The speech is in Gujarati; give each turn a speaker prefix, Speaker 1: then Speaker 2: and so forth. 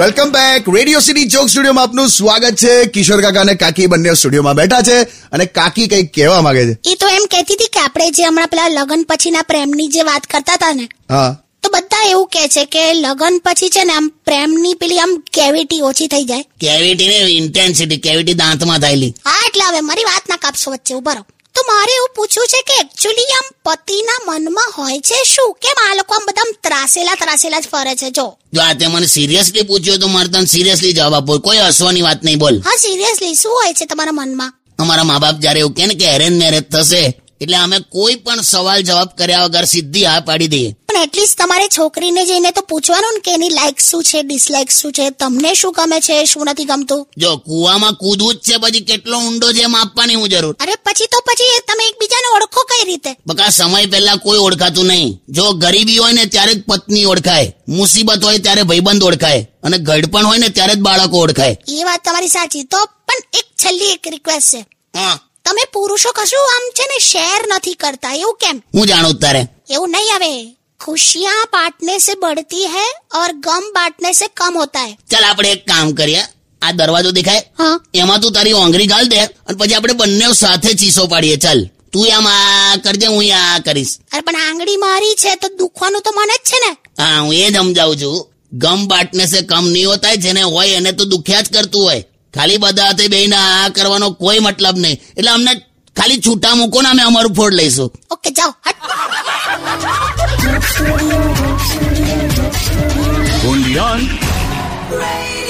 Speaker 1: welcome back radio city joke સ્ટુડિયોમાં આપનું સ્વાગત છે કિશોર કાકા અને કાકી બંને સ્ટુડિયોમાં બેઠા છે અને કાકી કંઈક કહેવા માંગે છે
Speaker 2: એ તો એમ કહેતી હતી કે આપણે જે હમણાં પેલા લગ્ન પછીના પ્રેમની જે વાત કરતા હતા ને
Speaker 1: હા
Speaker 2: તો બધા એવું કહે છે કે લગ્ન પછી છે ને આમ પ્રેમની પેલી આમ કેવિટી ઓછી થઈ જાય
Speaker 3: કેવિટી ને ઇન્ટેન્સિટી કેવિટી દાંતમાં થયેલી
Speaker 2: હા એટલે હવે મારી વાત ના કાપશો વચ્ચે ઉભા રહો તો મારે એવું પૂછવું છે કે એકચ્યુઅલી આમ પતિના મનમાં હોય છે શું કેમ આ લોકો આમ બધા આમ ત્રાસેલા ત્રાસેલા જ ફરે છે જો
Speaker 3: જો આ તે મને સિરિયસલી પૂછ્યો તો મારે તને સિરિયસલી જવાબ આપો કોઈ હસવાની વાત નહીં બોલ
Speaker 2: હા સિરિયસલી શું હોય છે તમારા મનમાં
Speaker 3: અમારા મા બાપ જયારે એવું કહે ને કે એરેન્જ મેરેજ થશે એટલે અમે કોઈ પણ સવાલ જવાબ કર્યા વગર સીધી હા પાડી દઈએ
Speaker 2: પણ એટલીસ્ટ તમારે છોકરીને જઈને તો પૂછવાનું ને કે એની લાઈક શું છે ડિસલાઈક શું છે તમને શું ગમે છે શું નથી ગમતું
Speaker 3: જો કુવામાં કૂદવું જ છે પછી કેટલો ઊંડો છે એમ આપવાની હું જરૂર
Speaker 2: અરે પછી તો પછી એ તમે એકબીજાને ઓળખો કઈ રીતે
Speaker 3: બકા સમય પહેલા કોઈ ઓળખાતું નહીં જો ગરીબી હોય ને ત્યારે જ પત્ની ઓળખાય મુસીબત હોય ત્યારે ભાઈબંધ ઓળખાય અને ગઢપણ હોય ને ત્યારે જ બાળકો ઓળખાય
Speaker 2: એ વાત તમારી સાચી તો પણ એક છેલ્લી એક રિક્વેસ્ટ છે
Speaker 3: હા
Speaker 2: તમે પુરુષો કશું આમ છે ને શેર નથી કરતા એવું કેમ
Speaker 3: હું જાણું તારે
Speaker 2: એવું નહીં આવે ખુશિયા બાંટને સે બઢતી હૈ ઓર ગમ બાંટને સે કમ હોતા હૈ
Speaker 3: ચાલ આપણે એક કામ કરીએ આ દરવાજો દેખાય
Speaker 2: હા
Speaker 3: એમાં તું તારી ઓંગરી ગાલ દે અને પછી આપણે બંને સાથે ચીસો પાડીએ ચાલ તું આમ આ કરજે હું આ કરીશ
Speaker 2: અરે પણ આંગળી મારી છે તો દુખવાનું તો મને જ છે ને
Speaker 3: હા હું એ જ સમજાવું છું ગમ બાટને સે કમ નહીં હોતા જેને હોય એને તો દુખ્યા જ કરતું હોય ખાલી બધા હાથે બેહીને આ કરવાનો કોઈ મતલબ નહીં એટલે અમને ખાલી છૂટા મૂકો ને અમે અમારું ફોડ લઈશું
Speaker 2: ઓકે જાઓ હટ
Speaker 4: only on
Speaker 5: Radio